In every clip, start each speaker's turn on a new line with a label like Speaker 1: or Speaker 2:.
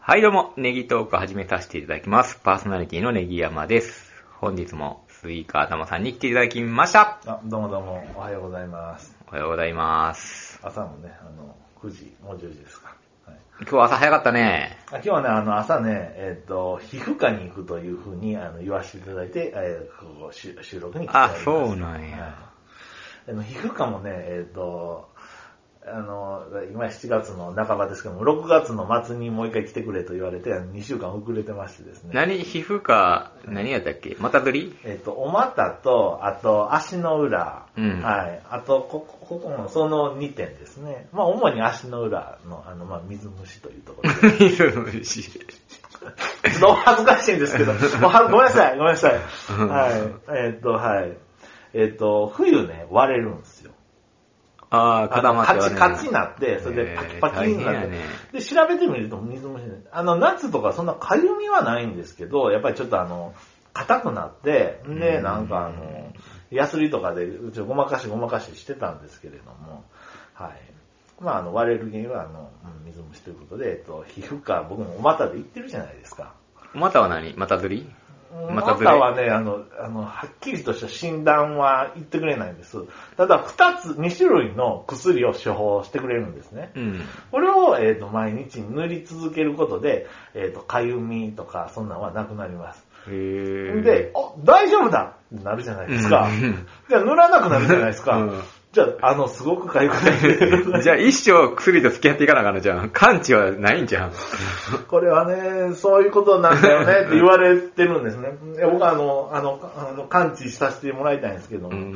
Speaker 1: はい、どうも、ネギトーク始めさせていただきます。パーソナリティのネギ山です。本日もスイカ頭さんに来ていただきました。
Speaker 2: あ、どうもどうも、おはようございます。
Speaker 1: おはようございます。
Speaker 2: 朝もね、あの、9時、もう10時ですか。はい、
Speaker 1: 今日は朝早かったね。
Speaker 2: あ今日はね、あの、朝ね、えっ、と、皮膚科に行くというふうにあの言わせていただいて、えーここ収収録に来ております。
Speaker 1: あそうなんや
Speaker 2: はいあの皮膚科もね、えっ、と、あの、今7月の半ばですけども、6月の末にもう一回来てくれと言われて、2週間遅れてましてですね。
Speaker 1: 何、皮膚科、何やったっけ股取 り
Speaker 2: えっ、と、お股と、あと、足の裏、
Speaker 1: うん
Speaker 2: はい。あと、ここ、ここも、その2点ですね。まあ、主に足の裏の、あの、まあ、水虫というと ころで。ちょっとお恥ずかしいんで すけど、おはごめんなさい、ごめんなさい。はい。えっ、と、はい。えっ、と、冬ね、割れるんですよ。
Speaker 1: ああ、固まって
Speaker 2: あのカチカチになって、それでパキパキになって、
Speaker 1: ね
Speaker 2: で、調べてみると水虫ねあの、夏とかそんなかゆみはないんですけど、やっぱりちょっとあの、硬くなって、
Speaker 1: う
Speaker 2: で、
Speaker 1: ん
Speaker 2: なんかあの、ヤスリとかで、うちごまかしごまかししてたんですけれども、はい。まあ、あの、割れる原因は、あの、うん水虫ということで、えっと、皮膚科、僕もお股で行ってるじゃないですか。
Speaker 1: 股は何股取りまた
Speaker 2: ま
Speaker 1: ずれ
Speaker 2: たはね、あの、あの、はっきりとした診断は言ってくれないんです。ただ、二つ、二種類の薬を処方してくれるんですね。
Speaker 1: うん。
Speaker 2: これを、えー、と毎日塗り続けることで、えー、とかゆみとかそんなんはなくなります。
Speaker 1: へー
Speaker 2: で、あ、大丈夫だってなるじゃないですか
Speaker 1: うん。
Speaker 2: じゃあ塗らなくなるじゃないですか。
Speaker 1: うん
Speaker 2: じゃあ、あの、すごくかゆくな る。
Speaker 1: じゃあ一生薬と付き合っていかなあかんのじゃん。完治はないんじゃん。
Speaker 2: これはね、そういうことなんだよねって言われてるんですね。いや僕はあの、あの、あの完治させてもらいたいんですけど
Speaker 1: う
Speaker 2: も。
Speaker 1: ん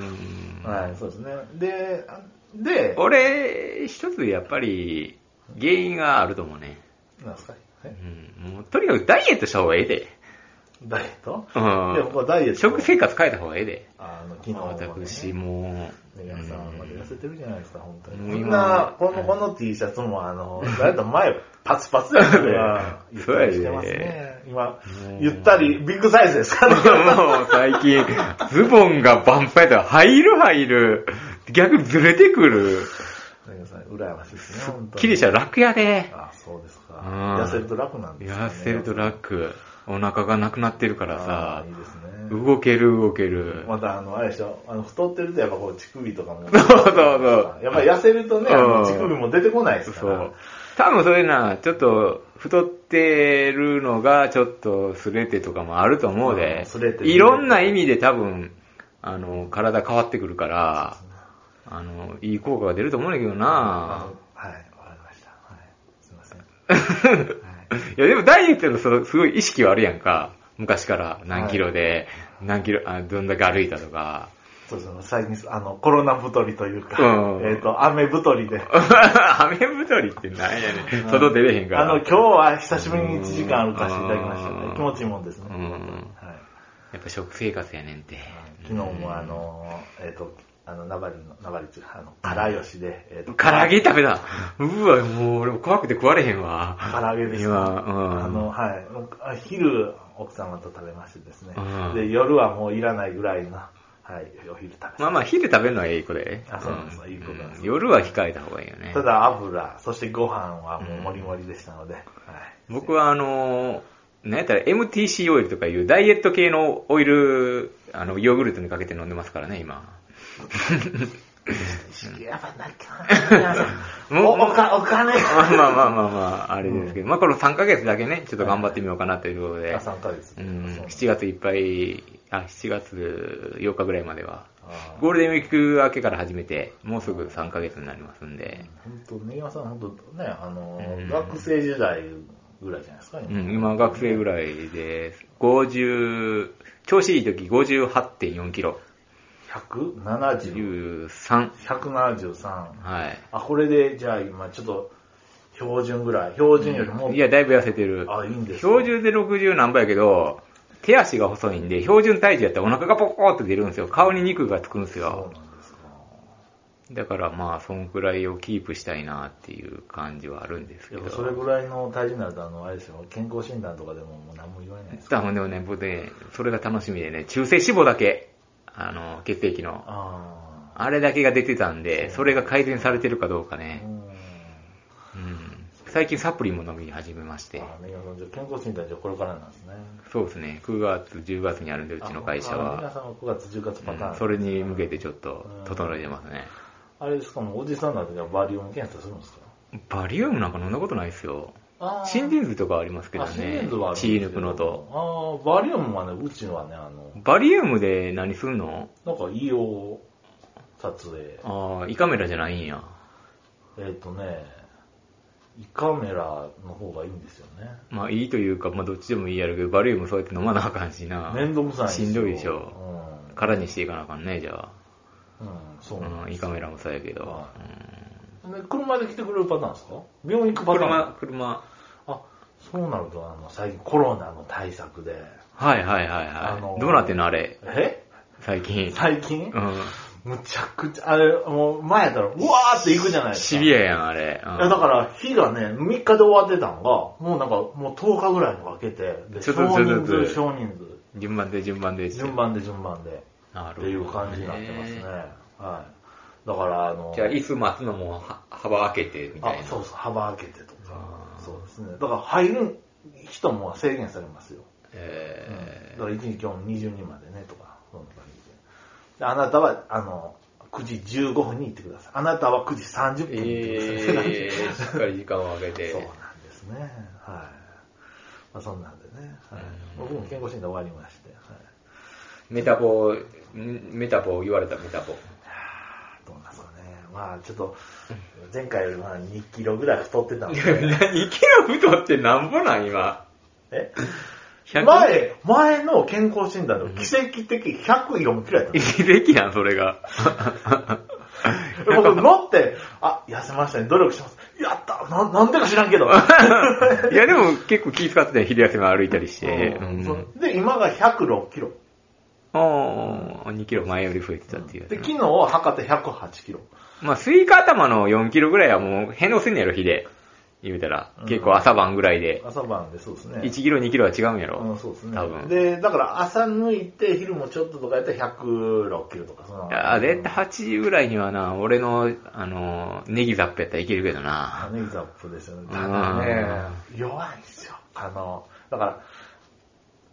Speaker 2: はい、そうですね。で、あで、
Speaker 1: 俺、一つやっぱり原因があると思うね。
Speaker 2: なんですか
Speaker 1: う
Speaker 2: え
Speaker 1: ん、もうとにかくダイエットした方がええで。
Speaker 2: ダイエット
Speaker 1: う
Speaker 2: でもこれダイエッ
Speaker 1: ん。
Speaker 2: ト。
Speaker 1: 食生活変えた方がええで。
Speaker 2: あの、昨日もね
Speaker 1: 私もう。
Speaker 2: 皆さんまで痩せてるじゃないですか、本当に。
Speaker 1: うん
Speaker 2: みんな、この、この T シャツも、あの、だいたい前、パツパツやった から、ゆったりしてますね。今
Speaker 1: うん、
Speaker 2: ゆったり、ビッグサイズですか ね。
Speaker 1: もう最近、ズボンがバンパイだ。入る入る。逆にずれてくる。
Speaker 2: 皆さん、羨ましいですね、本当に。
Speaker 1: きりしたら楽やで。
Speaker 2: あ、そうですか。
Speaker 1: うん
Speaker 2: 痩せると楽なんです
Speaker 1: 痩せると
Speaker 2: 楽
Speaker 1: 楽。お腹がなくなってるからさ
Speaker 2: いい、ですね。
Speaker 1: 動ける動ける。
Speaker 2: また、あの、あれでしょ、あの、太ってると、やっぱこう、乳首とかも。
Speaker 1: そうそう
Speaker 2: やっぱり痩せるとね、
Speaker 1: うん
Speaker 2: あの乳首も出てこないですか
Speaker 1: そ
Speaker 2: ら
Speaker 1: う。。多分それな、ちょっと太ってるのがちょっとすれてとかもあると思う
Speaker 2: う
Speaker 1: で
Speaker 2: んすれて、る
Speaker 1: いろんな意味で多分、あの、体変わってくるから、あの、いい効果が出ると思うんだけど
Speaker 2: あ
Speaker 1: な
Speaker 2: のはい、わかりました。はい。すいません。 はい
Speaker 1: いやでもダイエットのそのすごい意識はあるやんか。昔から何キロで、何キロ、あどんだけ歩いたと か。
Speaker 2: そうそう、最近、あの、コロナ太りというか、
Speaker 1: うん
Speaker 2: えっ、と、雨太りで。
Speaker 1: アメ太りってなんやねん。外出れへんか
Speaker 2: あ
Speaker 1: ら。
Speaker 2: の、今日は久しぶりに1時間歩かせていただきました
Speaker 1: うん
Speaker 2: ね。気持ちいいもんですね。
Speaker 1: う
Speaker 2: はい、
Speaker 1: ん。やっぱ食生活やねんて。
Speaker 2: 昨日もあの、えっ、と、あの、ナバリの、ナバリっていうか、あの、唐吉で、えっ、と、
Speaker 1: 唐揚げ食べた。うわ、もう俺も怖くて食われへんわ。
Speaker 2: 唐揚げです、
Speaker 1: 今、うん。
Speaker 2: あの、はいあ。昼、奥様と食べましてですね。
Speaker 1: うん
Speaker 2: で、夜はもういらないぐらいの、はい、お昼食べました
Speaker 1: まあまあ、昼食べるのはいい子で。
Speaker 2: あそうなんですいい子なんです
Speaker 1: うん夜は控えた方がいいよね。
Speaker 2: ただ油、そしてご飯はもうもりもりでしたので、はい。
Speaker 1: 僕はあの、なんやったら MTC オイルとかいうダイエット系のオイル、あの、ヨーグルトにかけて飲んでますからね、 今。
Speaker 2: やばいな きゃなおおかお
Speaker 1: ま
Speaker 2: 金
Speaker 1: あまあまあまあまあ、あれですけど、まあこの3ヶ月だけね、ちょっと頑張ってみようかなということで。
Speaker 2: あ、3ヶ月。
Speaker 1: うん、
Speaker 2: そう
Speaker 1: 7月いっぱい、あ、7月8日ぐらいまでは。
Speaker 2: あー
Speaker 1: ゴールデンウィーク明けから始めて、もうすぐ3ヶ月になりますんで。
Speaker 2: 本当ね、今さん、本当ね、あのー、
Speaker 1: うん
Speaker 2: 学生時代ぐらいじゃないですか、
Speaker 1: うん、今学生ぐらいです。50、調子いい時58.4キロ。
Speaker 2: 170、
Speaker 1: 13。
Speaker 2: 173。
Speaker 1: はい。
Speaker 2: あ、これで、じゃあ今、ちょっと、標準ぐらい。標準よりも、
Speaker 1: いや、だいぶ痩せてる。
Speaker 2: あ、いいんですね
Speaker 1: 標準で60何倍やけど、手足が細いんで、標準体重やったらお腹がポコーって出るんですよ。顔に肉がつくんですよ
Speaker 2: そ。うなんですか。
Speaker 1: だからまあ、そんくらいをキープしたいなっていう感じはあるんですけ
Speaker 2: やっ
Speaker 1: ど。
Speaker 2: ぱそれぐらいの体重になると、あの、あれですよ、健康診断とかでももう何も言われないです。
Speaker 1: 多分でもね、僕ね、それが楽しみでね、中性脂肪だけ、あの、血液の、
Speaker 2: あ
Speaker 1: あれだけが出てたんで、それが改善されてるかどうか
Speaker 2: あ。う
Speaker 1: ね。
Speaker 2: ん。
Speaker 1: うん。最近サプリも飲み始めまして。
Speaker 2: あ、みなさん、じゃあ健康診断、じゃあこれからなんですね。
Speaker 1: そうですね。9月、10月にあるんで、うちの会社
Speaker 2: あ皆
Speaker 1: は。
Speaker 2: さんは9月、10月パターン、
Speaker 1: うんそれに向けてちょっと整えてますね。
Speaker 2: あれですか、もうおじさんなんでバリウム検査するんですか
Speaker 1: バリウムなんか飲んだことないですよ。
Speaker 2: あー
Speaker 1: 心電図とかはありますけど
Speaker 2: あ心
Speaker 1: ね
Speaker 2: 電図はあ。る
Speaker 1: 血
Speaker 2: んです
Speaker 1: 抜
Speaker 2: けど
Speaker 1: くのと。。
Speaker 2: ああ、バリウムはね、うちのはね、あの、
Speaker 1: バリウムで何すんの
Speaker 2: なんか硫黄撮影。
Speaker 1: ああ、胃カメラじゃないんや。
Speaker 2: えっ、とね、胃カメラの方がいいんですよね。
Speaker 1: まあいいというか、まあどっちでもいいやるけど、バリウムそうやって飲まなあかんしな。
Speaker 2: 面倒くさい
Speaker 1: しんどいでしょ。
Speaker 2: う
Speaker 1: 空にしていかなあかんね、じゃあ。
Speaker 2: ん。うん、そうなん
Speaker 1: うん、胃カメラもそうやけど
Speaker 2: は。
Speaker 1: うん
Speaker 2: で車で来てくれるパターンですか病院行くパターン
Speaker 1: 車、車。
Speaker 2: あ、そうなると、あの、最近コロナの対策で。
Speaker 1: はいはいはい
Speaker 2: あ
Speaker 1: は
Speaker 2: の
Speaker 1: い。どうなってんのあれ、
Speaker 2: え
Speaker 1: 最近。
Speaker 2: 最近、
Speaker 1: うん。
Speaker 2: むちゃくちゃ、あれ、もう前やったら、うわーって行くじゃないですか。
Speaker 1: シビアやん、あれ。うん
Speaker 2: いやだから、日がね、3日で終わってたんが、もうなんか、もう10日ぐらいに分けて、で
Speaker 1: ちょ
Speaker 2: 少
Speaker 1: っとずつちょっと
Speaker 2: 人数、
Speaker 1: ずつ
Speaker 2: 少人数、
Speaker 1: 順番で順番で。
Speaker 2: 順番で順番で、
Speaker 1: なるほ
Speaker 2: って
Speaker 1: どね
Speaker 2: いう感じになってますね。はい。だから、あの、
Speaker 1: じゃあ、椅子待つのもは幅開けてみたい
Speaker 2: あ
Speaker 1: な。
Speaker 2: そうそう、幅開けてとか
Speaker 1: あ、ー
Speaker 2: そうですね。だから、入る人も制限されますよ。
Speaker 1: え
Speaker 2: だから、1日今日20人までね、とか、そんな感じで。であなたは、あの、9時15分に行ってください。あなたは9時
Speaker 1: ー、
Speaker 2: 30分に行ってく ださい。
Speaker 1: えー、しっかり時間を空けて。
Speaker 2: そうなんですね。はい。まあそんなんでね。はい、
Speaker 1: うん
Speaker 2: 僕も健康診断終わりまして。はい、
Speaker 1: メタボ、んメタボ言われたメタボ。
Speaker 2: あーどうなんですかね。まあちょっと、前回よりまあ2キロぐらい太ってたん
Speaker 1: い
Speaker 2: で
Speaker 1: や。 何キロ太ってなんぼなん今。
Speaker 2: え
Speaker 1: 100
Speaker 2: 前、前の健康診断でも奇跡的100色もキロやったんです
Speaker 1: 奇跡やん、それが。
Speaker 2: 僕乗って、あ、痩せましたね、努力します。やったななんでか知ら んけど。
Speaker 1: いや、でも結構気遣ってたよ昼休み歩いたりして。
Speaker 2: う
Speaker 1: うんん
Speaker 2: そうで、今が106キロ。
Speaker 1: ああ、2キロ前より増えてたってい
Speaker 2: で、
Speaker 1: うや
Speaker 2: 昨
Speaker 1: つね。
Speaker 2: 日測って108キロ。
Speaker 1: まあ、スイカ頭の4キロぐらいはもう変動すんねやろ、火で。言うたら
Speaker 2: うん。
Speaker 1: 結構朝晩ぐらいで。
Speaker 2: 朝晩でそうですね。
Speaker 1: 1キロ、2キロは違うんやろ。
Speaker 2: うん、そうですね。
Speaker 1: 多分
Speaker 2: で、だから朝抜いて、昼もちょっととかやったら106キロとか、その。
Speaker 1: いやー、絶対8時ぐらいにはな、俺の、あのー、ネギザップやったらいけるけどな。
Speaker 2: ネギザップですよね。ただね、弱いんですよ。あの、だから、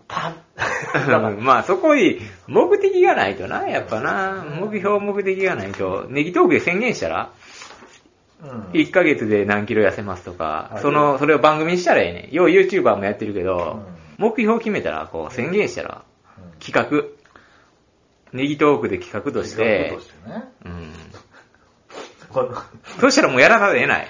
Speaker 2: た、 だから、
Speaker 1: まあ、そこに目的がないとな、やっぱな。目標、目的がないと。ネギトークで宣言したら、
Speaker 2: うん。
Speaker 1: 1ヶ月で何キロ痩せますと
Speaker 2: は
Speaker 1: か
Speaker 2: い、
Speaker 1: その、それを番組にしたらええねん。よう YouTuber もやってるけ
Speaker 2: う
Speaker 1: ど
Speaker 2: ん、
Speaker 1: 目標決めたら、こう、宣言したら、
Speaker 2: うん
Speaker 1: 企画。ネギトークで企画とし
Speaker 2: そういう
Speaker 1: て
Speaker 2: こと、してね。
Speaker 1: うん。
Speaker 2: これ
Speaker 1: そうしたらもうやらざるを得ない。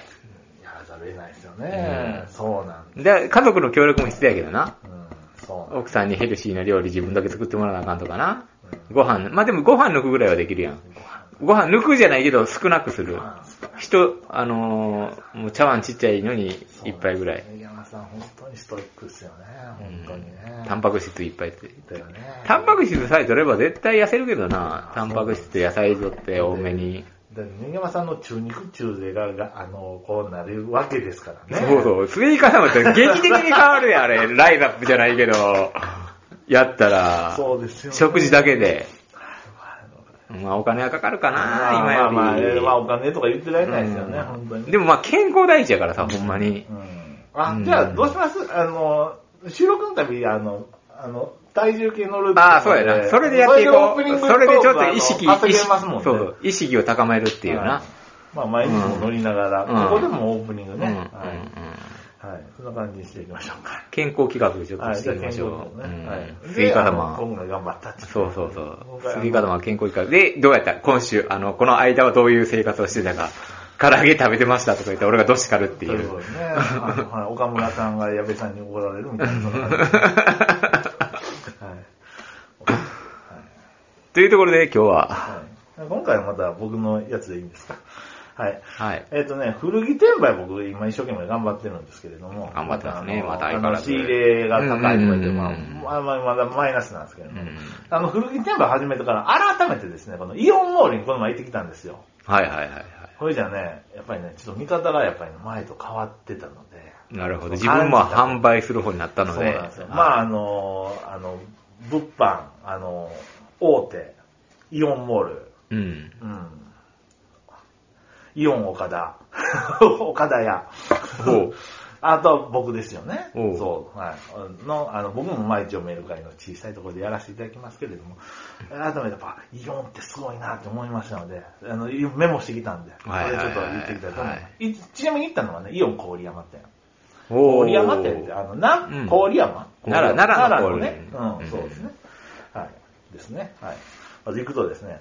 Speaker 2: やらざるを得ないですよね。
Speaker 1: うん
Speaker 2: そうなんで
Speaker 1: で、家族の協力も必要やけどな。
Speaker 2: うん、そうなん
Speaker 1: 奥さんにヘルシーな料理自分だけ作ってもらわなあかんとかな
Speaker 2: う。
Speaker 1: ご飯、まあでもご飯抜くぐらいはできるやん。ご飯抜くじゃないけど少なくする。人、あのーもう茶碗ちっちゃいのに一杯ぐらい。
Speaker 2: そうなんですね山さん、本当にストイックですよね。本当にね。
Speaker 1: タンパク質いっぱいって。
Speaker 2: だよね
Speaker 1: タンパク質さえ取れば絶対痩せるけどな。タンパク質と野菜取って多めに。
Speaker 2: だから根山さんの中肉中背がが、あの、こうなるわけですからね。
Speaker 1: そうそう。スイカ玉って劇的に変わるやん、あれ。ライザップじゃないけど。やったら。
Speaker 2: そうですよね
Speaker 1: 食事だけで。
Speaker 2: あの
Speaker 1: まあお金はかかるかな、今
Speaker 2: まあ
Speaker 1: より。
Speaker 2: まあ、えーまあお金とか言ってられないですよね、
Speaker 1: うん
Speaker 2: 本当に。
Speaker 1: でもまあ健康第一やからさ、ほんまに
Speaker 2: う。ん。あ
Speaker 1: う、ん
Speaker 2: じゃあどうしますあの、収録の度、あの、あの、体重計のルート
Speaker 1: ああ、そうやな。それでやっていこう。それでちょっと意識、
Speaker 2: 稼
Speaker 1: 意
Speaker 2: げ
Speaker 1: 識
Speaker 2: ますもんね。
Speaker 1: そうそう意識を高めるっていう
Speaker 2: は
Speaker 1: な。
Speaker 2: まあ毎日も乗りながら、
Speaker 1: うん
Speaker 2: ここでもオープニング
Speaker 1: うん
Speaker 2: ね、
Speaker 1: うんう
Speaker 2: はい
Speaker 1: ん
Speaker 2: はい。そんな感じにしていきましょうか。
Speaker 1: 健康企画でちょっ
Speaker 2: は
Speaker 1: と
Speaker 2: い。
Speaker 1: し
Speaker 2: じ
Speaker 1: て
Speaker 2: ゃあ
Speaker 1: いきましょう。
Speaker 2: 健康ね。はい
Speaker 1: うん。スイカ
Speaker 2: であの
Speaker 1: 玉。
Speaker 2: 今後頑張ったっていう
Speaker 1: そうそうそう
Speaker 2: 今。回あ
Speaker 1: ス
Speaker 2: の
Speaker 1: イカ玉健康企画。で、どうやった今週、あの、この間はどういう生活をしてたか、唐揚げ食べてましたとか言って俺がどしかるってい
Speaker 2: そういう
Speaker 1: う
Speaker 2: こ。とね。あのはい岡村さんが矢部さんに怒られるみたいな。そんな感じはい
Speaker 1: というところで今日は、
Speaker 2: はい今回はまた僕のやつでいいんですかはい。
Speaker 1: はい。
Speaker 2: えっ、とね、古着転売僕今一生懸命頑張ってるんですけれども。
Speaker 1: 頑張ってますね
Speaker 2: あの
Speaker 1: また相変わらず
Speaker 2: あの仕入れが高いとか言って、
Speaker 1: うん
Speaker 2: まあ、まあまあまだマイナスなんですけれど
Speaker 1: う
Speaker 2: も。
Speaker 1: ん
Speaker 2: あの、古着転売始めてから改めてですね、このイオンモールにこの前行ってきたんですよ。
Speaker 1: はいはいはいはい。
Speaker 2: これじゃね、やっぱりね、ちょっと見方がやっぱりね前と変わってたので。
Speaker 1: なるほど。
Speaker 2: そう
Speaker 1: 自分も
Speaker 2: 感じた
Speaker 1: 販売する方になったの
Speaker 2: そう
Speaker 1: で。
Speaker 2: なんですよ。ま
Speaker 1: あ、
Speaker 2: あ、あの、あの、物販、あの、大手、イオンモール、
Speaker 1: うん。
Speaker 2: うん。イオン岡田、 岡田屋
Speaker 1: おう、
Speaker 2: あとは僕ですよね。
Speaker 1: おう
Speaker 2: そう。はい。の、あの、僕もまあ一応メール会の小さいところでやらせていただきますけれども、改めてやっぱ、イオンってすごいなって思いましたので、あの、メモしてきたんで、こ
Speaker 1: はいは
Speaker 2: れ
Speaker 1: い
Speaker 2: ち
Speaker 1: は
Speaker 2: ょ
Speaker 1: い
Speaker 2: っと言っていきたいと思います
Speaker 1: は。
Speaker 2: いちなみに行ったのはね、イオン郡山店。
Speaker 1: お
Speaker 2: 郡山店って、あの、な、
Speaker 1: うん
Speaker 2: 郡山
Speaker 1: 奈良奈良の
Speaker 2: のね。
Speaker 1: 郡山
Speaker 2: うん、そうですね。はい。ですね。はい。まず行くとですね、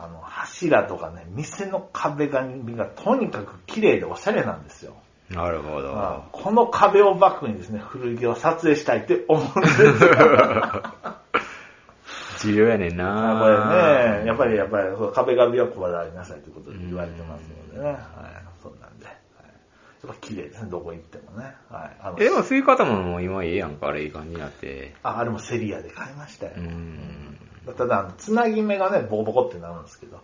Speaker 2: あの、柱とかね、店の壁紙がとにかく綺麗でおしゃれなんですよ。
Speaker 1: なるほど。
Speaker 2: まあこの壁をバックにですね、古着を撮影したいって思う んですよ。
Speaker 1: 重要やねんな
Speaker 2: これね、やっぱりやっぱりそう壁紙はこだわりなさいということで言われてますのでね。はい。そうなんで。はいやっぱ綺麗ですね、どこ行ってもね。はい。あの
Speaker 1: えでも、スイカ玉も今ええやんか、あれいい感じになって。
Speaker 2: あ、あれもセリアで買いましたよ。
Speaker 1: うん。
Speaker 2: ただ、あのつなぎ目がね、ボコボコってなるんですけど。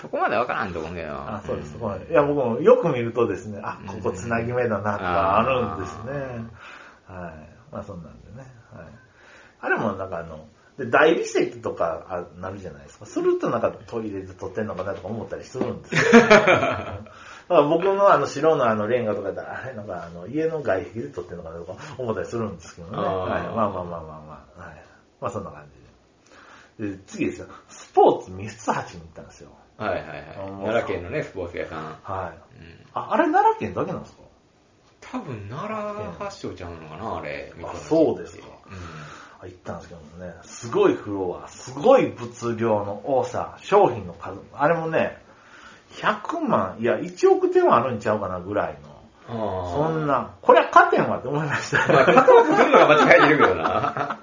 Speaker 1: そこまでわからんと思うけど。
Speaker 2: あ、そうです。ごい。いや、僕もよく見るとですね、あ、ここつなぎ目だな、とかあるんですね。はい。まあ、そんなんでね。はい。あれもなんかあの、で、大理石とかあなるじゃないですか。するとなんかトイレで撮ってんのかなとか思ったりするんで すよ。だから僕のあの白のあのレンガとかで、あれなんかあの家の外壁で撮ってんのかなとか思ったりするんですけどね。
Speaker 1: あー
Speaker 2: はい、まあまあまあまあまあ。はい、まあそんな感じで。で、次ですよ。スポーツ三つ八に行ったんですよ。
Speaker 1: はいはいはい。奈良県のね、スポーツ屋さん。
Speaker 2: はい。
Speaker 1: うん
Speaker 2: あ、あれ奈良県だけなんですか
Speaker 1: 多分、奈良発祥ちゃうのかな、あれ。
Speaker 2: あそうですか
Speaker 1: う
Speaker 2: あ行ったんですけどもね、すごいフロア、すごい物量の多さ、商品の数、あれもね、100万、いや、1億点はあるんちゃうかなぐらいの、
Speaker 1: ん。あー
Speaker 2: そん。な、これは勝てんわって思いました
Speaker 1: まあ、
Speaker 2: よ。
Speaker 1: 勝とうとするのが間違えてるけどな。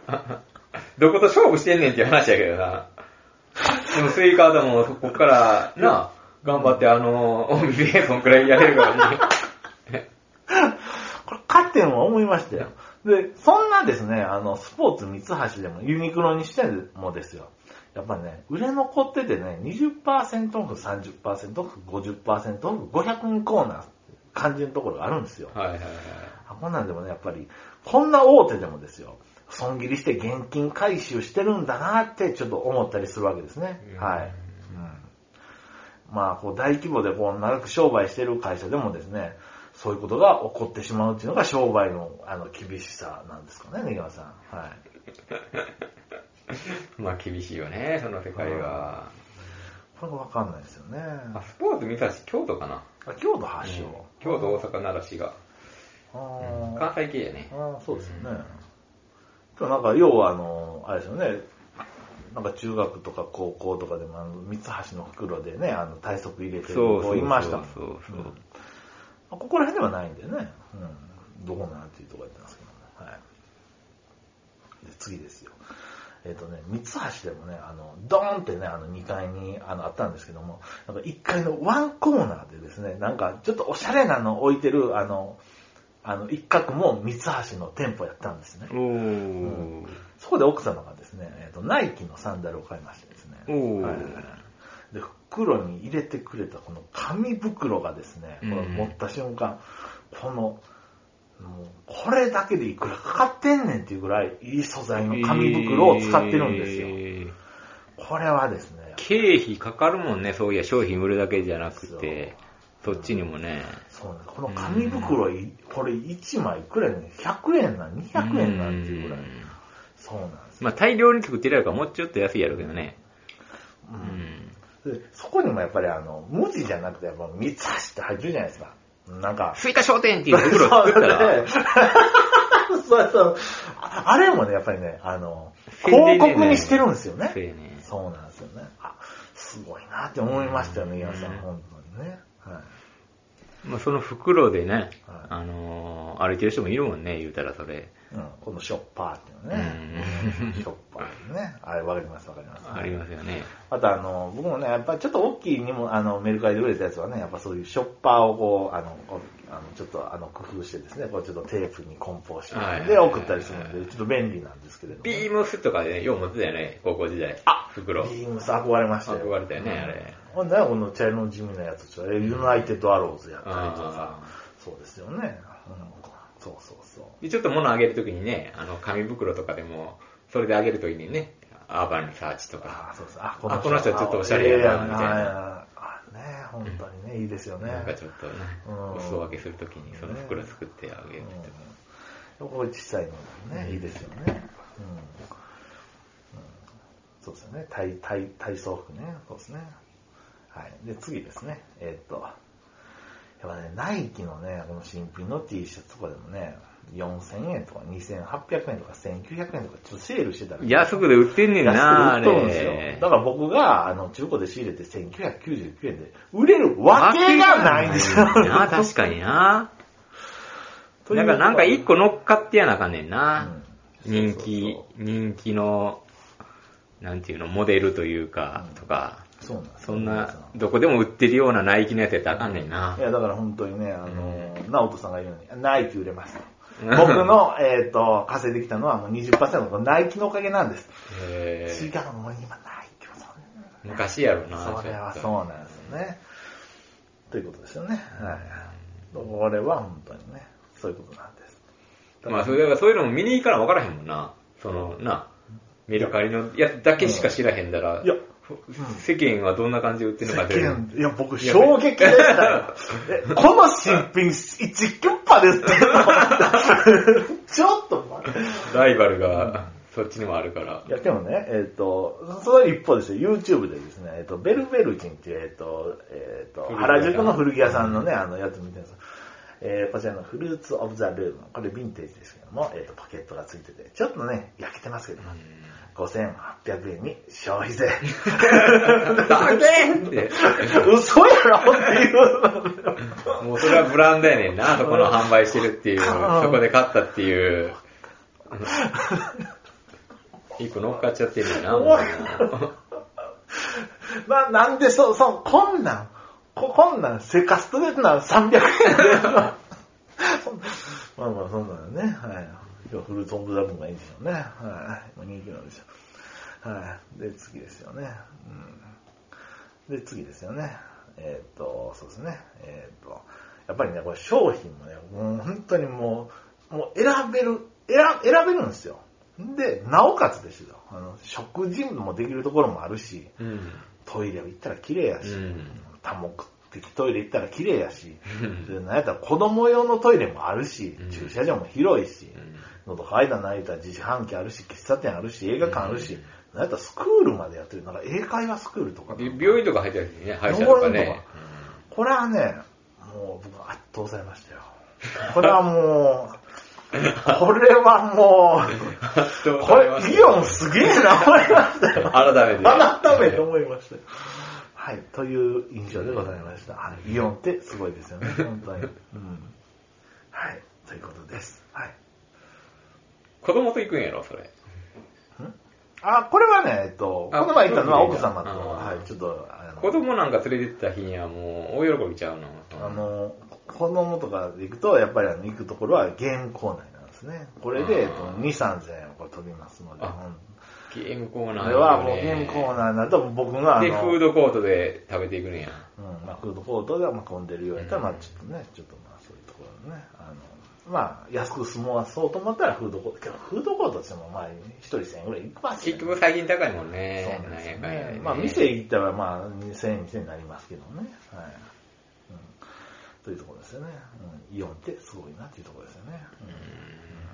Speaker 1: どこと勝負してんねんっていう話やけどな。でも、スイカ玉もそこから、な、頑張って、あの、お店、そんくらいやれるからね。
Speaker 2: これ勝てんわ思いましたよ。で、そんなですね、あの、スポーツ三橋でも、ユニクロにしてもですよ。やっぱね、売れ残っててね、20%オフ、30%オフ、50%オフ、500円コーナーって感じのところがあるんですよ。
Speaker 1: はいはいはい。
Speaker 2: あこんなんでもね、やっぱり、こんな大手でもですよ、損切りして現金回収してるんだなってちょっと思ったりするわけですね
Speaker 1: うん。
Speaker 2: はい。うん、まあ、こう大規模でこう長く商売してる会社でもですね、そういうことが起こってしまうっていうのが商売のあの厳しさなんですかね、根際さん。はい。
Speaker 1: まあ、厳しいよね、その世界は。
Speaker 2: これがわかんないですよね。
Speaker 1: あ、スポーツ見たし、京都かな。
Speaker 2: あ京都発祥。
Speaker 1: 京都、大阪、奈良、滋賀。
Speaker 2: あー
Speaker 1: 関西系やね。
Speaker 2: ああ、そうですよね。今日なんか、要はあの、あれですよね、なんか中学とか高校とかでも、あの、三橋の袋でね、あの、体側入れて
Speaker 1: そ
Speaker 2: る
Speaker 1: うそうそう
Speaker 2: 子いましたもん。
Speaker 1: そうそう
Speaker 2: うんまあここら辺ではないんでね、うん。どこなんていうとこやってますけどね。はい。で、次ですよ。えっ、とね、三橋でもね、あの、ドーンってね、あの、2階に、あの、あったんですけども、なんか1階のワンコーナーでですね、なんか、ちょっとおしゃれなの置いてる、あの、あの、一角も三橋の店舗やったんですね。
Speaker 1: お
Speaker 2: そこで奥様がですね、えっ、と、ナイキのサンダルを買いましてですね。
Speaker 1: おー
Speaker 2: はいはいはいで、袋に入れてくれたこの紙袋がですね、これ持った瞬間、この、もう、これだけでいくらかかってんねんっていうぐらい、いい素材の紙袋を使ってるんですよ。
Speaker 1: よ。
Speaker 2: これはですね、
Speaker 1: 経費かかるもんね、そういや商品売るだけじゃなくて、そっちにもね。
Speaker 2: そうなんですこの紙袋い、これ1枚いくらやねん ?100 円なん ?200 円なんっていうぐらい。
Speaker 1: ん
Speaker 2: そうなんですよ
Speaker 1: まあ大量に作ってるやるからもうちょっと安いやろうけどね。
Speaker 2: う
Speaker 1: うんん。
Speaker 2: でそこにもやっぱりあの、無地じゃなくて、やっぱ三橋って入ってるじゃないですか。なんか。
Speaker 1: スイカ商店っていう袋を作ったら、
Speaker 2: そうそうそう。ああれもね、やっぱりね、あの、
Speaker 1: 宣伝でね
Speaker 2: 広告にしてるんですよね
Speaker 1: そう。やね。
Speaker 2: そうなんですよね。あ、すごいなって思いましたよね、皆さ
Speaker 1: うん
Speaker 2: ん、本当にね。はい。
Speaker 1: まあその袋でね
Speaker 2: はい、
Speaker 1: あのー、歩いてる人もいるもんね、言うたらそれ。
Speaker 2: うん、このショッパーっていうのね。ショッパーね。あれ、わかります、わかります。
Speaker 1: ありますよね。
Speaker 2: あとあの、僕もね、やっぱりちょっと大きいにも、あの、メルカリで売れたやつはね、やっぱそういうショッパーをこう、あの、こうあのちょっとあの、工夫してですね、こうちょっとテープに梱包して
Speaker 1: はい、
Speaker 2: で、送ったりするんで、ちょっと便利なんですけれども。
Speaker 1: ビームスとかでね、よう持ってたよね、高校時代。
Speaker 2: あ
Speaker 1: 袋。
Speaker 2: ビームス憧れましたよ。
Speaker 1: 憧れたよねあれ
Speaker 2: ほんで、この茶色の地味なやつ、ちょっとユナイテッドアローズやったりとか
Speaker 1: あ、
Speaker 2: そうですよね。うん、そうそうそう。
Speaker 1: で、ちょっと物あげるときにね、あの、紙袋とかでも、それであげるときにね、アーバンサーチとか。
Speaker 2: ああ、そうそう。
Speaker 1: あ
Speaker 2: あ、
Speaker 1: この人はちょっとおしゃれやなみたいな
Speaker 2: あ、ね本当にね、いいですよね。
Speaker 1: なんかちょっとね、
Speaker 2: うん
Speaker 1: お裾分けするときにその袋作ってあげる
Speaker 2: うん
Speaker 1: って言って
Speaker 2: これ小さいのね、いいですよね。うんうんそうですよね。体、体、体操服ね。そうですね。はい。で、次ですね。えーっと、やっぱね、ナイキのね、この新品の T シャツとかでもね、4000円とか2800円とか1900円とかちょっとセールしてたら、
Speaker 1: 安くで売ってんねんな
Speaker 2: 安く売っとるんですよ
Speaker 1: あれ
Speaker 2: だから僕が、あの、中古で仕入れて1999円で売れるわけがないんですよ。
Speaker 1: な 確かに な。だからなんか一個乗っかってやなあかんねんな。
Speaker 2: うん
Speaker 1: 人
Speaker 2: そう
Speaker 1: 気
Speaker 2: そう、
Speaker 1: 人気の、なんていうの、モデルというか
Speaker 2: うん、
Speaker 1: とか、
Speaker 2: そうなんですよ。
Speaker 1: そんな、どこでも売ってるようなナイキのやつやったらあかんねんない
Speaker 2: や、だから本当にね、あの、ナオトさんが言うように、ナイキ売れ ますと。
Speaker 1: うん
Speaker 2: 僕の、えっ、と、稼いできたのはもう20%のナイキのおかげなんです。
Speaker 1: え
Speaker 2: 違
Speaker 1: ー
Speaker 2: う、もう今ナイキはそ
Speaker 1: 昔やろ
Speaker 2: んな
Speaker 1: な。
Speaker 2: それは
Speaker 1: ちょっと
Speaker 2: そうなんですよね。ということですよね。はい。これは本当にね、そういうことなんです。
Speaker 1: まあ、それだからそういうのも見に行かな分からへんもんな。その、な、メルカリのやつだけしか知らへんだら、
Speaker 2: いや
Speaker 1: ふ世間はどんな感じで売ってる
Speaker 2: 世
Speaker 1: のかって。
Speaker 2: 間、いや、僕、衝撃でした よ。えこの新品、1キュッパですって 思った。ちょっと待って。
Speaker 1: ライバルが、そっちにもあるから
Speaker 2: い。や、でもね、えっ、と、その一方ですよ、YouTube でですね、えっ、と、ベルベルチンっていう、えっ、と、えっ、と、
Speaker 1: 古着屋
Speaker 2: 原宿の古着屋さんのね、あの、やつ見てるんですよえーこちらのフルーツオブザルーム、これヴィンテージですけども、えっ、と、パケットがついてて、ちょっとね、焼けてますけども、5800円に消費税。
Speaker 1: だけ って。
Speaker 2: 嘘やろっていうの。
Speaker 1: もうそれはブランドやねん な、そこの販売してるっていう、
Speaker 2: うん
Speaker 1: そこで買ったって いう。一個乗っかっちゃってるよな、もうな。
Speaker 2: まあ、なんで、そう、そう、こんなん、こ、こんなん、セカストでな300円で。まあまあ、そうなのね。はい。今日フルーツオブザブンがいいですよね。はい。今人気なんですよ。はい。で、次ですよね。うん。で、次ですよね。えーっ、と、そうですね。えーっ、と、やっぱりね、これ商品もね、もう本当にもう、もう選べる、選選べるんですよ。で、なおかつですよ。あの、食事もできるところもあるし、
Speaker 1: うん。
Speaker 2: トイレ行ったら綺麗やし、
Speaker 1: うん
Speaker 2: 多目的トイレ行ったら綺麗やし、でなんやったら子供用のトイレもあるし、
Speaker 1: うん
Speaker 2: 駐車場も広いし、
Speaker 1: うん
Speaker 2: 喉乾いたないたら自販機あるし、喫茶店あるし、映画館あるし、
Speaker 1: うん
Speaker 2: なんやったらスクールまでやってる。なんか英会話スクールとか。
Speaker 1: で病院とか入ってるしね、歯医者とか
Speaker 2: 病院
Speaker 1: ね
Speaker 2: と。これはね、もう僕は圧倒されましたよ。これ はもう、これはも
Speaker 1: うん
Speaker 2: う、こ れ、イオンすげえな、思いましたよ。
Speaker 1: 改めて。
Speaker 2: 改めて思いましたよ。はい、という印象でございました。はい、イオンってすごい ですよね、本当に。うん、はい、ということです。はい。
Speaker 1: 子供と行くんやろ、それ。
Speaker 2: あ、これはね、えっと、こ
Speaker 1: あ
Speaker 2: の前行ったのは奥様と、
Speaker 1: そうですね
Speaker 2: はい、ちょっと、あ
Speaker 1: 子
Speaker 2: の、
Speaker 1: 供なんか連れてった日にはもう大喜びちゃうの。
Speaker 2: あの子供とかで行くと、やっぱりあの行くところはゲームコーナーなんですね。これで、えっと、
Speaker 1: あ
Speaker 2: 2、3000円をこれ飛びますので、
Speaker 1: あ
Speaker 2: うん
Speaker 1: ゲームコーナー、
Speaker 2: これはもうゲームコーナーになると僕があの、
Speaker 1: で、フードコートで食べていくねや。
Speaker 2: うん、まあ、フードコートがまあ混んでるようやったら、
Speaker 1: うん
Speaker 2: まあ、ちょっとね、ちょっとまあ、そういうところでね、あの、まあ、安く済まそうと思ったらフードコート、けどフードコートってもまあ、一人1000円ぐらいいきますよ
Speaker 1: 結
Speaker 2: ね
Speaker 1: 局最近高いもんね。
Speaker 2: そうなんですよ
Speaker 1: なんやかんやで
Speaker 2: ね。まあ、店行ったらまあ、2000円、2000円になりますけどね。はい。うん、というところですよね、うん。イオンってすごいなっていうところですよね。うん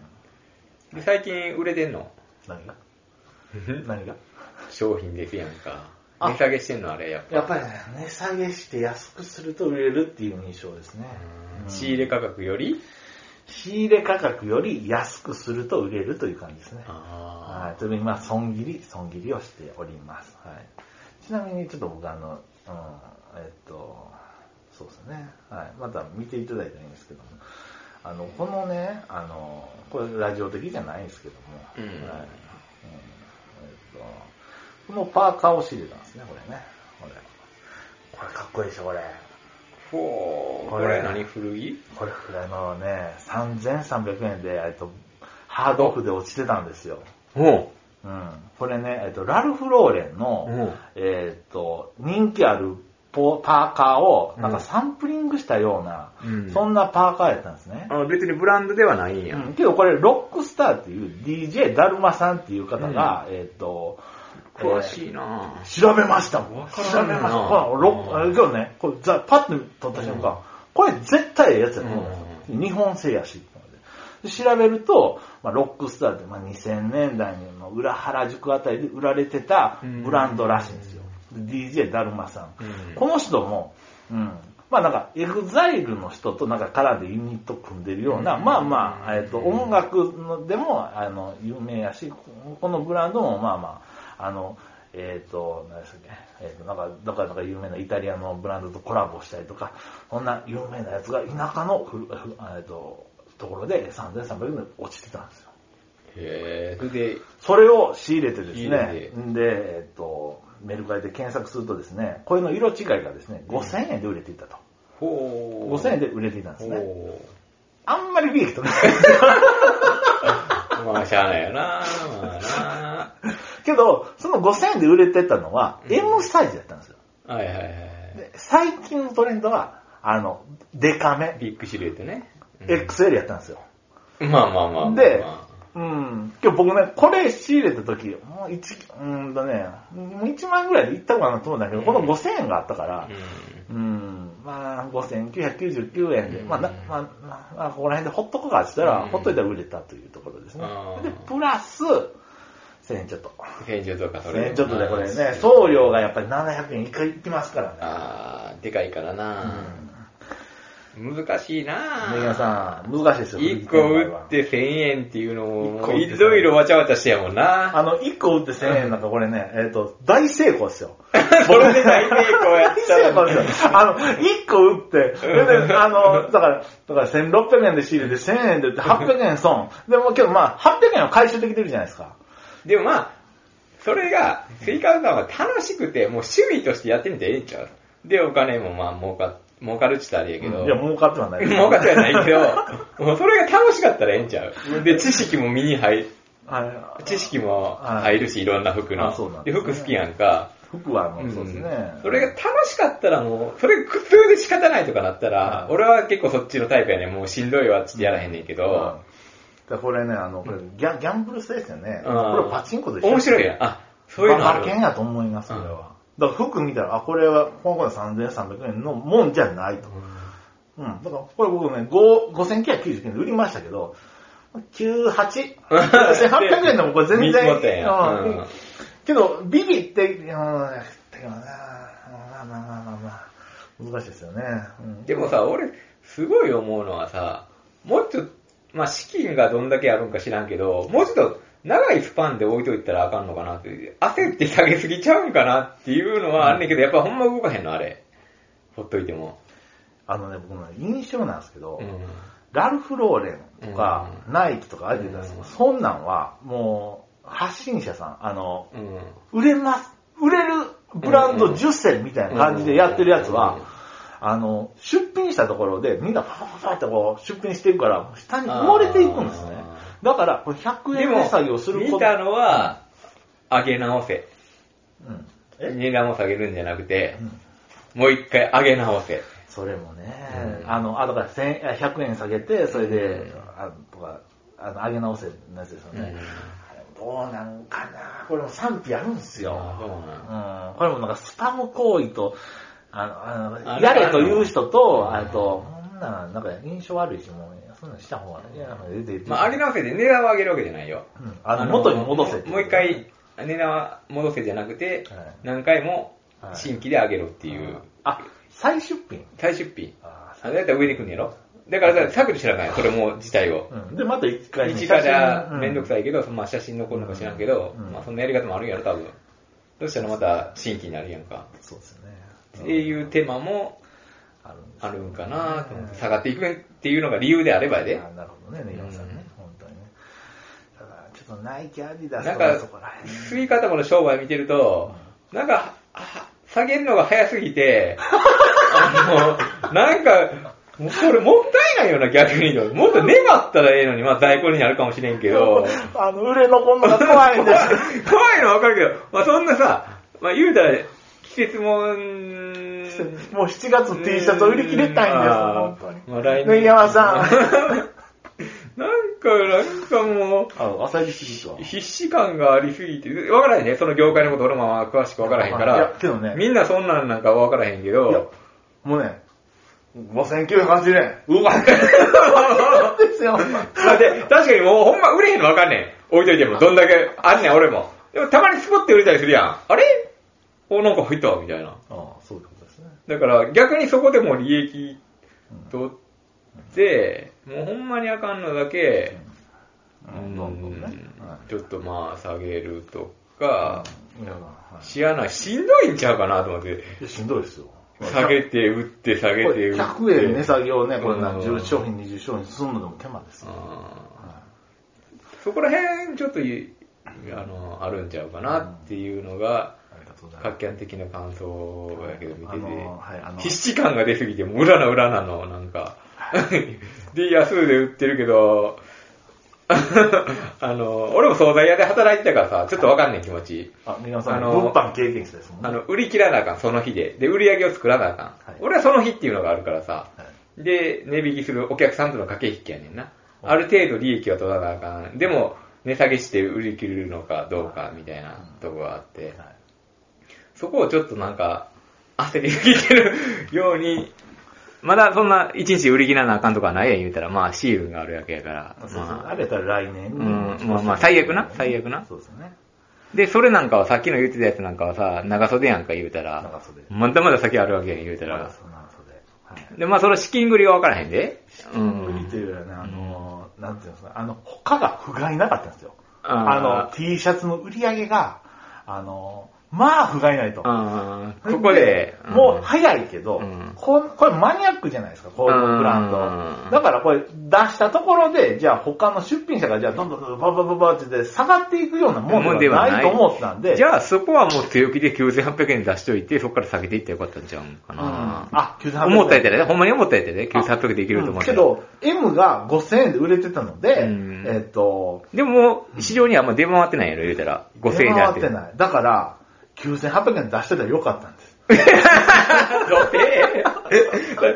Speaker 1: で最近売れてんの
Speaker 2: 何が何が
Speaker 1: 商品ですやんか。
Speaker 2: あ
Speaker 1: 値下げしてんのあれ、やっぱ。
Speaker 2: やっぱりね、値下げして安くすると売れるっていう印象ですね。うん
Speaker 1: 仕入れ価格より
Speaker 2: 仕入れ価格より安くすると売れるという感じですね。
Speaker 1: あ
Speaker 2: はい。ということで今、損切り、損切りをしております。はい。ちなみに、ちょっと僕、あの、うん、えっと、そうですね。はい。また見ていただいたらいいんですけども。あの、このね、あの、これラジオ的じゃないんですけども、
Speaker 1: うん
Speaker 2: はい。うん、えっと、このパーカーを仕入れたんですね、これね。これ。これかっこいいでしょ、これ。
Speaker 1: ー。ほう、
Speaker 2: こ
Speaker 1: こ
Speaker 2: れ
Speaker 1: れ何古着
Speaker 2: これくらいのね、3300円で、えっと、ハードオフで落ちてたんですよ。
Speaker 1: ほ
Speaker 2: うん。これね、えっと、ラルフ・ローレンの、
Speaker 1: うん
Speaker 2: えっと、人気あるポパーカーを、なん
Speaker 1: う
Speaker 2: か
Speaker 1: ん
Speaker 2: サンプリングしたような、
Speaker 1: うん
Speaker 2: そんなパーカーやったんですね。
Speaker 1: あ別にブランドではないんや。
Speaker 2: うん、けどこれ、ロックスターっていう DJ だるまさんっていう方が、えっと、
Speaker 1: 詳しいなぁ。
Speaker 2: 調べましたもん。
Speaker 1: わ
Speaker 2: 調
Speaker 1: からん
Speaker 2: べ
Speaker 1: な
Speaker 2: ました。ほら、ろ
Speaker 1: うん
Speaker 2: あれ今日ね、これざパッと撮った瞬間、
Speaker 1: うん
Speaker 2: これ絶対ええやつやと思うんですよ。日本製やしってので。で調べると、まあ、ロックスターって、まあ、2000年代にまあ裏原宿あたりで売られてたブランドらしいんですよ。で DJ だるまさん。
Speaker 1: うん
Speaker 2: この人も、うん、まあなんか、エグザイルの人となんか絡んでユニット組んでるような、
Speaker 1: うん
Speaker 2: まあまあ、えっ、と、音楽のでも、あの、有名やし、このブランドもまあまあ、あの、えっ、と、何でしたっけ、えっ、と、なんか、どっかなんか有名なイタリアのブランドとコラボしたりとか、そんな有名なやつが田舎のふ、ふえっ、と、ところで3300円で落ちてたんですよ。
Speaker 1: へえ、それで、
Speaker 2: それを仕入れてです
Speaker 1: 仕入
Speaker 2: ね、
Speaker 1: れ
Speaker 2: んで、えっ、と、メルカリで検索するとですね、これの色違いがですね、5000円で売れていたと。
Speaker 1: ほう。
Speaker 2: 5000円で売れていたんですね。
Speaker 1: ほ
Speaker 2: あんまり利益とれない。
Speaker 1: う。まあ、しゃあないよなぁ、まあ
Speaker 2: けど、その5000円で売れてたのは
Speaker 1: うん
Speaker 2: M サイズやったんですよ。
Speaker 1: なはいはいはい。
Speaker 2: で最近のトレンドは、あの、デカめ、
Speaker 1: ビッグシルエットね。うん
Speaker 2: XL やったんですよ。
Speaker 1: まあまあまあまあまあ。
Speaker 2: でうん。今日僕ね、これ仕入れた時、もう1、うんだね、もう1万円ぐらいで行ったかなと思うんだけど、この5000円があったから、うん、まあ、5999円で、
Speaker 1: うん
Speaker 2: まあ、なまあ、まあ、まあここら辺でほっとこうかって言ったら、
Speaker 1: うん
Speaker 2: ほっといたら売れたというところですね
Speaker 1: あ。ー
Speaker 2: で、プラス、1000円ちょっと。
Speaker 1: うん。天井とかそれ。
Speaker 2: ね、ちょっとね、これね、送料がやっぱり700円以下いきますからね。
Speaker 1: ああ、でかいからな難しいな
Speaker 2: ね、皆さん、難しいですよ。
Speaker 1: 1個打っ。て1000円っていうのも、いろいろわちゃわちゃしてやもんな
Speaker 2: あの、1個打って1000円なんかこれね、えっ、と、大成功ですよ。
Speaker 1: それで大成功やっ
Speaker 2: 大
Speaker 1: た
Speaker 2: 成功
Speaker 1: ら
Speaker 2: ですよ。あの、1個打って、それで、あの、だから、だから1600円で仕入れて1000円で 売って800円損。でも今日まあ、800円は回収できてるじゃないですか。
Speaker 1: でもまあ、それが、スイカウさんは楽しくて、もう趣味としてやってみてええんちゃうで、お金もまあ、儲か、儲かるって言ったらあれやけど、
Speaker 2: いや、儲かってはないです。
Speaker 1: 儲かってはないけど、もうそれが楽しかったらええんちゃうで、知識も身に入、
Speaker 2: はい
Speaker 1: 知識も入るし、いろんな服の。
Speaker 2: あそうなん
Speaker 1: で
Speaker 2: ですね
Speaker 1: 服好きやんか。
Speaker 2: 服はもうそうですね。
Speaker 1: んそれが楽しかったらもう、それが苦痛で仕方ないとかなったら、
Speaker 2: うん
Speaker 1: 俺は結構そっちのタイプやねもうしんどいわっつってやらへんねんけど、
Speaker 2: うんだからこれね、あの、これギャギャンブル性ですよね。
Speaker 1: う
Speaker 2: こ
Speaker 1: ん
Speaker 2: れパチンコでしょ
Speaker 1: 面白いやん。あ、そういうのあ
Speaker 2: 馬
Speaker 1: る。
Speaker 2: 券やと思います、これは。だから服見たら、あ、これは、この子で3300円のもんじゃないと。うん。だから、これ僕ね、5 5999円で売りましたけど、98、1800円でもこれ全
Speaker 1: 見積もったん
Speaker 2: 然、
Speaker 1: や
Speaker 2: うん
Speaker 1: うん
Speaker 2: けど、ビビって、うん、だけどな、まあまあまあまあまあ、難しいですよね。うん、
Speaker 1: でもさ、俺、すごい思うのはさ、もうちょっと、まあ、資金がどんだけあるんか知らんけど、もうちょっと長いスパンで置いといたらあかんのかなって、焦って下げすぎちゃうんかなっていうのはあんねんけど、やっぱほんま動かへんの、あれ。ほっといても。
Speaker 2: あのね、僕の印象なんですけど、
Speaker 1: うん。
Speaker 2: ラルフ・ローレンとか、ナイキとかあえてたんですけど、
Speaker 1: うん
Speaker 2: そんなんは、もう、発信者さん、あの、
Speaker 1: うん。
Speaker 2: 売れます、売れるブランド10選みたいな感じでやってるやつ
Speaker 1: うん
Speaker 2: は、あの、出品したところでみんなパパパパってこう出品していくから、下に埋もれていくんですね
Speaker 1: あ。
Speaker 2: だから、これ100
Speaker 1: で
Speaker 2: 円値
Speaker 1: も
Speaker 2: 下げをす、るこ
Speaker 1: 見
Speaker 2: と。
Speaker 1: たのは、上げ直せ。
Speaker 2: うん、え、
Speaker 1: 値段を下げるんじゃなくて
Speaker 2: う、ん
Speaker 1: もう一回上げ直せ。
Speaker 2: それもね、
Speaker 1: うん
Speaker 2: あの、あ、だから1000あ100円下げて、それで、
Speaker 1: うん
Speaker 2: あとか、あの、上げ直せのやつですよね。どうなんかなこれも賛否あるんですよ。
Speaker 1: あそうなん
Speaker 2: うんこれもなんかスパム行為と、あの、あ
Speaker 1: あ
Speaker 2: の
Speaker 1: れ
Speaker 2: やれという人と、
Speaker 1: あれ
Speaker 2: あと、そんな、なんか印象悪いし、もう、そんなんした方が、いや、なんか出て
Speaker 1: まあ、上げ直せで値段を上げるわけじゃないよ。
Speaker 2: うんあの、元に戻せってい
Speaker 1: もう一。回、値段は戻せじゃなくて、
Speaker 2: はい
Speaker 1: 何回も
Speaker 2: はい
Speaker 1: 新規で上げろっていう、
Speaker 2: あ、再出品。
Speaker 1: 再出品。
Speaker 2: あ
Speaker 1: あだいたい上に来んねやろだからさ、削除しなあかんやん、それもう自体を。
Speaker 2: うんで、また一回
Speaker 1: 一からめんどく
Speaker 2: い。
Speaker 1: さいけど、まあ写真残るのか知らんけど、
Speaker 2: うん
Speaker 1: まあそんなやり方もあるんやろ、多分。そしたらまた新規になるやんか。
Speaker 2: うんそうですね。
Speaker 1: っていう手間も
Speaker 2: あるんです
Speaker 1: あ
Speaker 2: よね
Speaker 1: るんかなと思って、下
Speaker 2: あ
Speaker 1: がっていくっていうのが理由であればやで。
Speaker 2: なるほどね、ネギさんね、本当にね。ただから、ちょっとナイキ、アディダス
Speaker 1: なん
Speaker 2: とか
Speaker 1: か
Speaker 2: そこら、辺。
Speaker 1: 吸い方もの商売見てると、なんか、あ下げるのが早すぎて、あの、なんか、もうこれもったいないよな、逆に。もっと粘ったらええのに、まあ在庫になるかもしれんけど、
Speaker 2: あの、売れ残るのが怖いんですよ。
Speaker 1: 怖いのはわかるけど、まあそんなさ、まあ言うたら、季節もん、
Speaker 2: もう7 月 T シャツを売り切れたいんですよ、本当に。
Speaker 1: まあ来年
Speaker 2: 根山さん。
Speaker 1: なんなんかも
Speaker 2: あの、浅いすぎとは
Speaker 1: う、。必死感がありすぎて、わからへんね、その業界のこと俺も詳しくわからへんか
Speaker 2: いや
Speaker 1: ら、
Speaker 2: けどね
Speaker 1: みんなそんなんなんかわからへんけ
Speaker 2: いや
Speaker 1: ど、、
Speaker 2: もうね、5980円。うわですよ。
Speaker 1: あで、確かにもうほんま売れへんのわかんねん。置いといても、どんだけ、あんねん俺も。でもたまにスポッて売れたりするやん。あれお、なんか入ったわみたいな。
Speaker 2: ああ、そういうことですね。
Speaker 1: だから逆にそこでもう利益取って、もうほんまにあかんのだけ、
Speaker 2: うん、どんどんね。は
Speaker 1: ちょっとまあ下げるとか、
Speaker 2: いいやは
Speaker 1: しやない、しんどいんちゃうかなと思って、
Speaker 2: いいやしんどいですよ。
Speaker 1: 下げて打って下げ
Speaker 2: こ
Speaker 1: て
Speaker 2: れ
Speaker 1: 打って。
Speaker 2: 100円値下げをね、これな、
Speaker 1: うん
Speaker 2: 10商品、20商品するのでも手間ですよ。
Speaker 1: あ
Speaker 2: は
Speaker 1: ーそこら辺ちょっといあのあるんちゃうかなっていうのが、
Speaker 2: いありがとうございま
Speaker 1: 客観的な感想やけど見て
Speaker 2: あ
Speaker 1: て、
Speaker 2: のはいあの
Speaker 1: 必死感が出すぎて、もう裏な裏なの、なん か。で、安いで売ってるけど、 あの、俺も惣菜屋で働いてたからさ、ちょっとわかんない気持ち。
Speaker 2: す。あ、皆さ
Speaker 1: あ
Speaker 2: ん、
Speaker 1: の
Speaker 2: 物販経験者ですもんね。
Speaker 1: あ
Speaker 2: はい
Speaker 1: の、売り切らなあかん、その日で。で、売り上げを作らなあかん。
Speaker 2: はい
Speaker 1: 俺はその日っていうのがあるからさ。で、値引きするお客さんとの駆け引きやねんな。
Speaker 2: はい
Speaker 1: ある程度利益は取らなあかん。でも、値下げして売り切るのかどうかみたいなとこがあって。
Speaker 2: はい
Speaker 1: そこをちょっとなんか、焦りすぎてる ように、まだそんな一日売り切らなあかんとかないやん言うたら、まあシーズンがあるわけやから。
Speaker 2: そうそう
Speaker 1: ま
Speaker 2: あ
Speaker 1: あ、
Speaker 2: れやったら来年
Speaker 1: うんまあまあ最悪な最悪な
Speaker 2: そうですよね。
Speaker 1: で、それなんかはさっきの言ってたやつなんかはさ、長袖やんか言うた
Speaker 2: 長
Speaker 1: ら、
Speaker 2: 袖。
Speaker 1: まだまだ先あるわけやん言うた
Speaker 2: 長
Speaker 1: ら。
Speaker 2: 袖。長袖。はい。
Speaker 1: で、まあその資金繰りがわからへんで。う
Speaker 2: 売りと
Speaker 1: ん。
Speaker 2: いうよりはね、あの、なんていうんですか、あの、他が不甲斐なかったんですよ。あ
Speaker 1: あー
Speaker 2: の、T シャツの売り上げが、あの、まあ、不甲斐ないと。
Speaker 1: あーここで、ん
Speaker 2: もう早いけど、
Speaker 1: うん
Speaker 2: こんこれマニアックじゃないですか、こういうブラン
Speaker 1: うん
Speaker 2: ド。だからこれ出したところで、じゃあ他の出品者がじゃあどんどんどんどんバババババって下がっていくようなものではないと思ったんで、
Speaker 1: じ
Speaker 2: あ、
Speaker 1: ゃあそこはもう強気で9800円出しといて、そこから下げていってよかったんちゃうんか
Speaker 2: うん、
Speaker 1: な。
Speaker 2: あ、9800円
Speaker 1: 思ったやったらね、ほんまに思ったやったらね、9800でいけると思
Speaker 2: う
Speaker 1: っ
Speaker 2: ん
Speaker 1: た
Speaker 2: け
Speaker 1: ら。
Speaker 2: ど、M が5000円で売れてたので、
Speaker 1: うん
Speaker 2: えっ、と、
Speaker 1: でももう、市場にはあんま出回ってないやろ、言うたら。5000円であ
Speaker 2: 回
Speaker 1: っ。
Speaker 2: っててない。だから、9800円出してたらよかったんです。
Speaker 1: 5000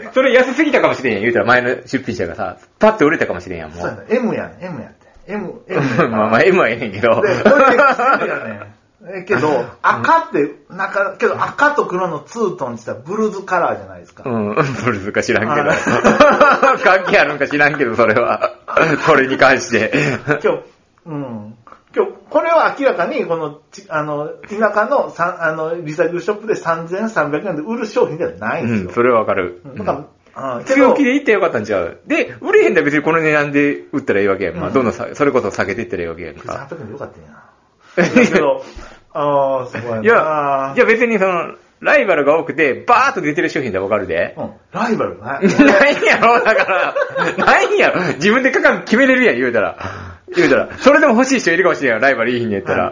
Speaker 1: 円 それ安すぎたかもしれんやん、言うたら前の出品者がさ、パッと売れたかもしれんやん、も
Speaker 2: そうや
Speaker 1: う。
Speaker 2: ね。M やね。M やって。M、M やか ら
Speaker 1: まあまあ、M はええねんけど。
Speaker 2: で、これで薬やね。えけど、赤って、なんか、けど赤と黒のツートンしたブルーズカラーじゃないですか。
Speaker 1: うん、ブルズか知らんけど
Speaker 2: あ。
Speaker 1: 関係あるんか知らんけど、それは。これに関 して。
Speaker 2: 今日、うん。今日、これは明らかに、この、ちあの、田舎の、さんあの、リサイクルショップで3300円で売る商品ではない
Speaker 1: うんん、
Speaker 2: です
Speaker 1: そ
Speaker 2: よ。
Speaker 1: れはわかる。
Speaker 2: うんだから、うん、けど
Speaker 1: 強気で言ったらよかったんちゃう。で、売れへんだら別にこの値段で売ったらいいわけやん。まあ、どんどんさ、それこそ下げていったらいいわけやんか。
Speaker 2: 300円でよかったんやな。だけど、ああ、すごい な。
Speaker 1: いや、いや別にその、ライバルが多くて、バーっと出てる商品でわかるで。
Speaker 2: うん、ライバルがね。
Speaker 1: ないんやろ、だから。ないんやろ。自分で価格決めれるやん、言うたら。言うたら。それでも欲しい人いるかもしれんよ、ライバルいいんやった
Speaker 2: はい
Speaker 1: ら。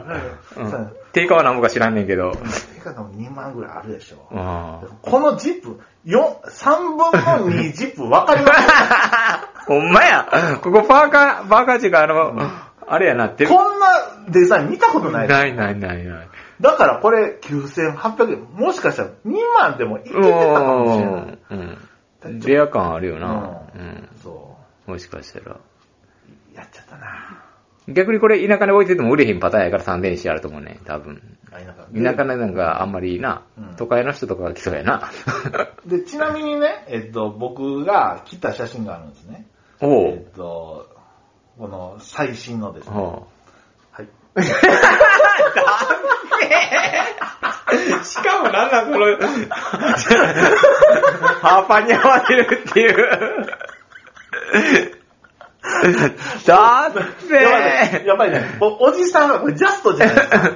Speaker 1: う
Speaker 2: はい
Speaker 1: ん。定価は何もか知らんねんけど。
Speaker 2: 定価でも2万ぐらいあるでしょ。
Speaker 1: うん。
Speaker 2: このジップ、よ3分の2ジップ分かります
Speaker 1: ほんまや。ここパーカー、パーカー中があの、あれやなって。
Speaker 2: こんなデザイン見たことない。
Speaker 1: ないないないない。
Speaker 2: だからこれ9800円、もしかしたら2万でもいけてた
Speaker 1: う
Speaker 2: かもしれない。
Speaker 1: ん。うん。レア感あるよな。
Speaker 2: う
Speaker 1: うんん。
Speaker 2: そ
Speaker 1: もしかしたら。
Speaker 2: う。やっちゃったな
Speaker 1: 逆にこれ田舎に置いてても売れへんパターンやから3電子あると思うね、多分。
Speaker 2: あ田舎
Speaker 1: 田舎のなんかあんまりな
Speaker 2: うん、
Speaker 1: 都会の人とかが来そうや な。
Speaker 2: で、ちなみにね、えっと、僕が来た写真があるんですね。
Speaker 1: お
Speaker 2: え
Speaker 1: う
Speaker 2: っ。と、この最新のですね。
Speaker 1: は
Speaker 2: はい。
Speaker 1: あ、しかもなんだその、パーパに合わせるっていう。だっ
Speaker 2: やばいね
Speaker 1: て、
Speaker 2: やばいね。おおじさんはこれジャストじゃないですか。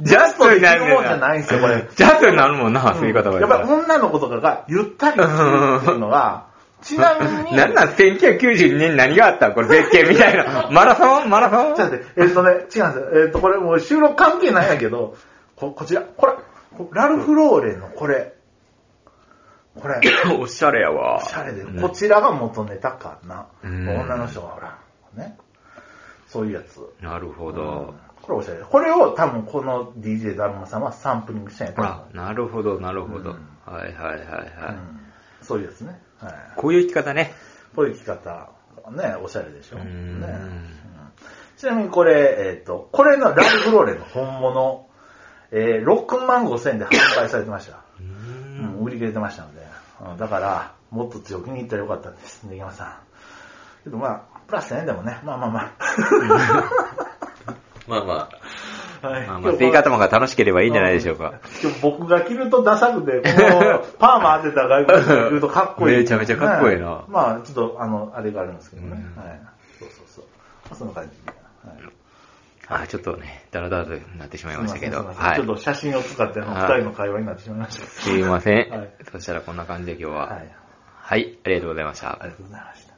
Speaker 1: ジャストになる
Speaker 2: ジャストっていうもんじゃないんですよこれ
Speaker 1: ジャストになるもんな、そういう方
Speaker 2: やっぱり
Speaker 1: は。
Speaker 2: 女の子とかがゆったりしてるっていうのは、ちなみに、
Speaker 1: なんなん、1992年に何があったんこれ絶景みたいな。マラソンマラ
Speaker 2: ちょ
Speaker 1: ソ
Speaker 2: っ
Speaker 1: ン
Speaker 2: と待って、えっとね、違うんですよ。えっと、これもう収録関係ないんやけど、こ、こちら、これ、こラルフ・ローレンのこれ、これ、
Speaker 1: おしゃれやわ。
Speaker 2: おしゃれで、
Speaker 1: うん
Speaker 2: こちらが元ネタかな。
Speaker 1: うん
Speaker 2: 女の人がほら、ね。そういうやつ。
Speaker 1: なるほ
Speaker 2: うん
Speaker 1: ど。
Speaker 2: これおしゃれ。これを多分この DJ ダルマさんはサンプリングしたんやと思。
Speaker 1: あ、なるほど、なるほど。はいはいはいう
Speaker 2: う
Speaker 1: はい。
Speaker 2: んそういうやつね。はい。
Speaker 1: こういう生き方ね。
Speaker 2: こういう着方。ね、おしゃれでしょ。
Speaker 1: う
Speaker 2: ね
Speaker 1: ん
Speaker 2: うんちなみにこれ、えっ、と、これのラルフローレンの本物、えー、6万5千円で販売されてました。
Speaker 1: う
Speaker 2: うんん、売り切れてましたので。うんだから、もっと強気に言ったらよかったんです、根山さん。けどまあ、プラス1000円でもね、まあまあま
Speaker 1: まあま
Speaker 2: あ。は
Speaker 1: あ、
Speaker 2: い
Speaker 1: まあまあ、生活もが楽しければいいんじゃないでしょうか。。
Speaker 2: 今日僕が着るとダサくて、このパーマ当てた外国人が着るとかっこいい。
Speaker 1: めちゃめちゃかっこいいな
Speaker 2: ねまあ、ちょっと、あの、あれがあるんですけどね。
Speaker 1: うん
Speaker 2: はい。そうそうそう。まあ、そんな感じで。はい
Speaker 1: あ、ちょっとね、ダラダラとなってしまいましたけ
Speaker 2: す
Speaker 1: ど。
Speaker 2: いません
Speaker 1: はい
Speaker 2: すいませんちょっ。と写真を使って、あの
Speaker 1: は
Speaker 2: 二
Speaker 1: い
Speaker 2: 人の会話になってしまいましたけ
Speaker 1: すいません。
Speaker 2: はい
Speaker 1: そしたらこんな感じで今日
Speaker 2: ど。
Speaker 1: は。
Speaker 2: はい。
Speaker 1: はい、ありがとうございました。
Speaker 2: ありがとうございました。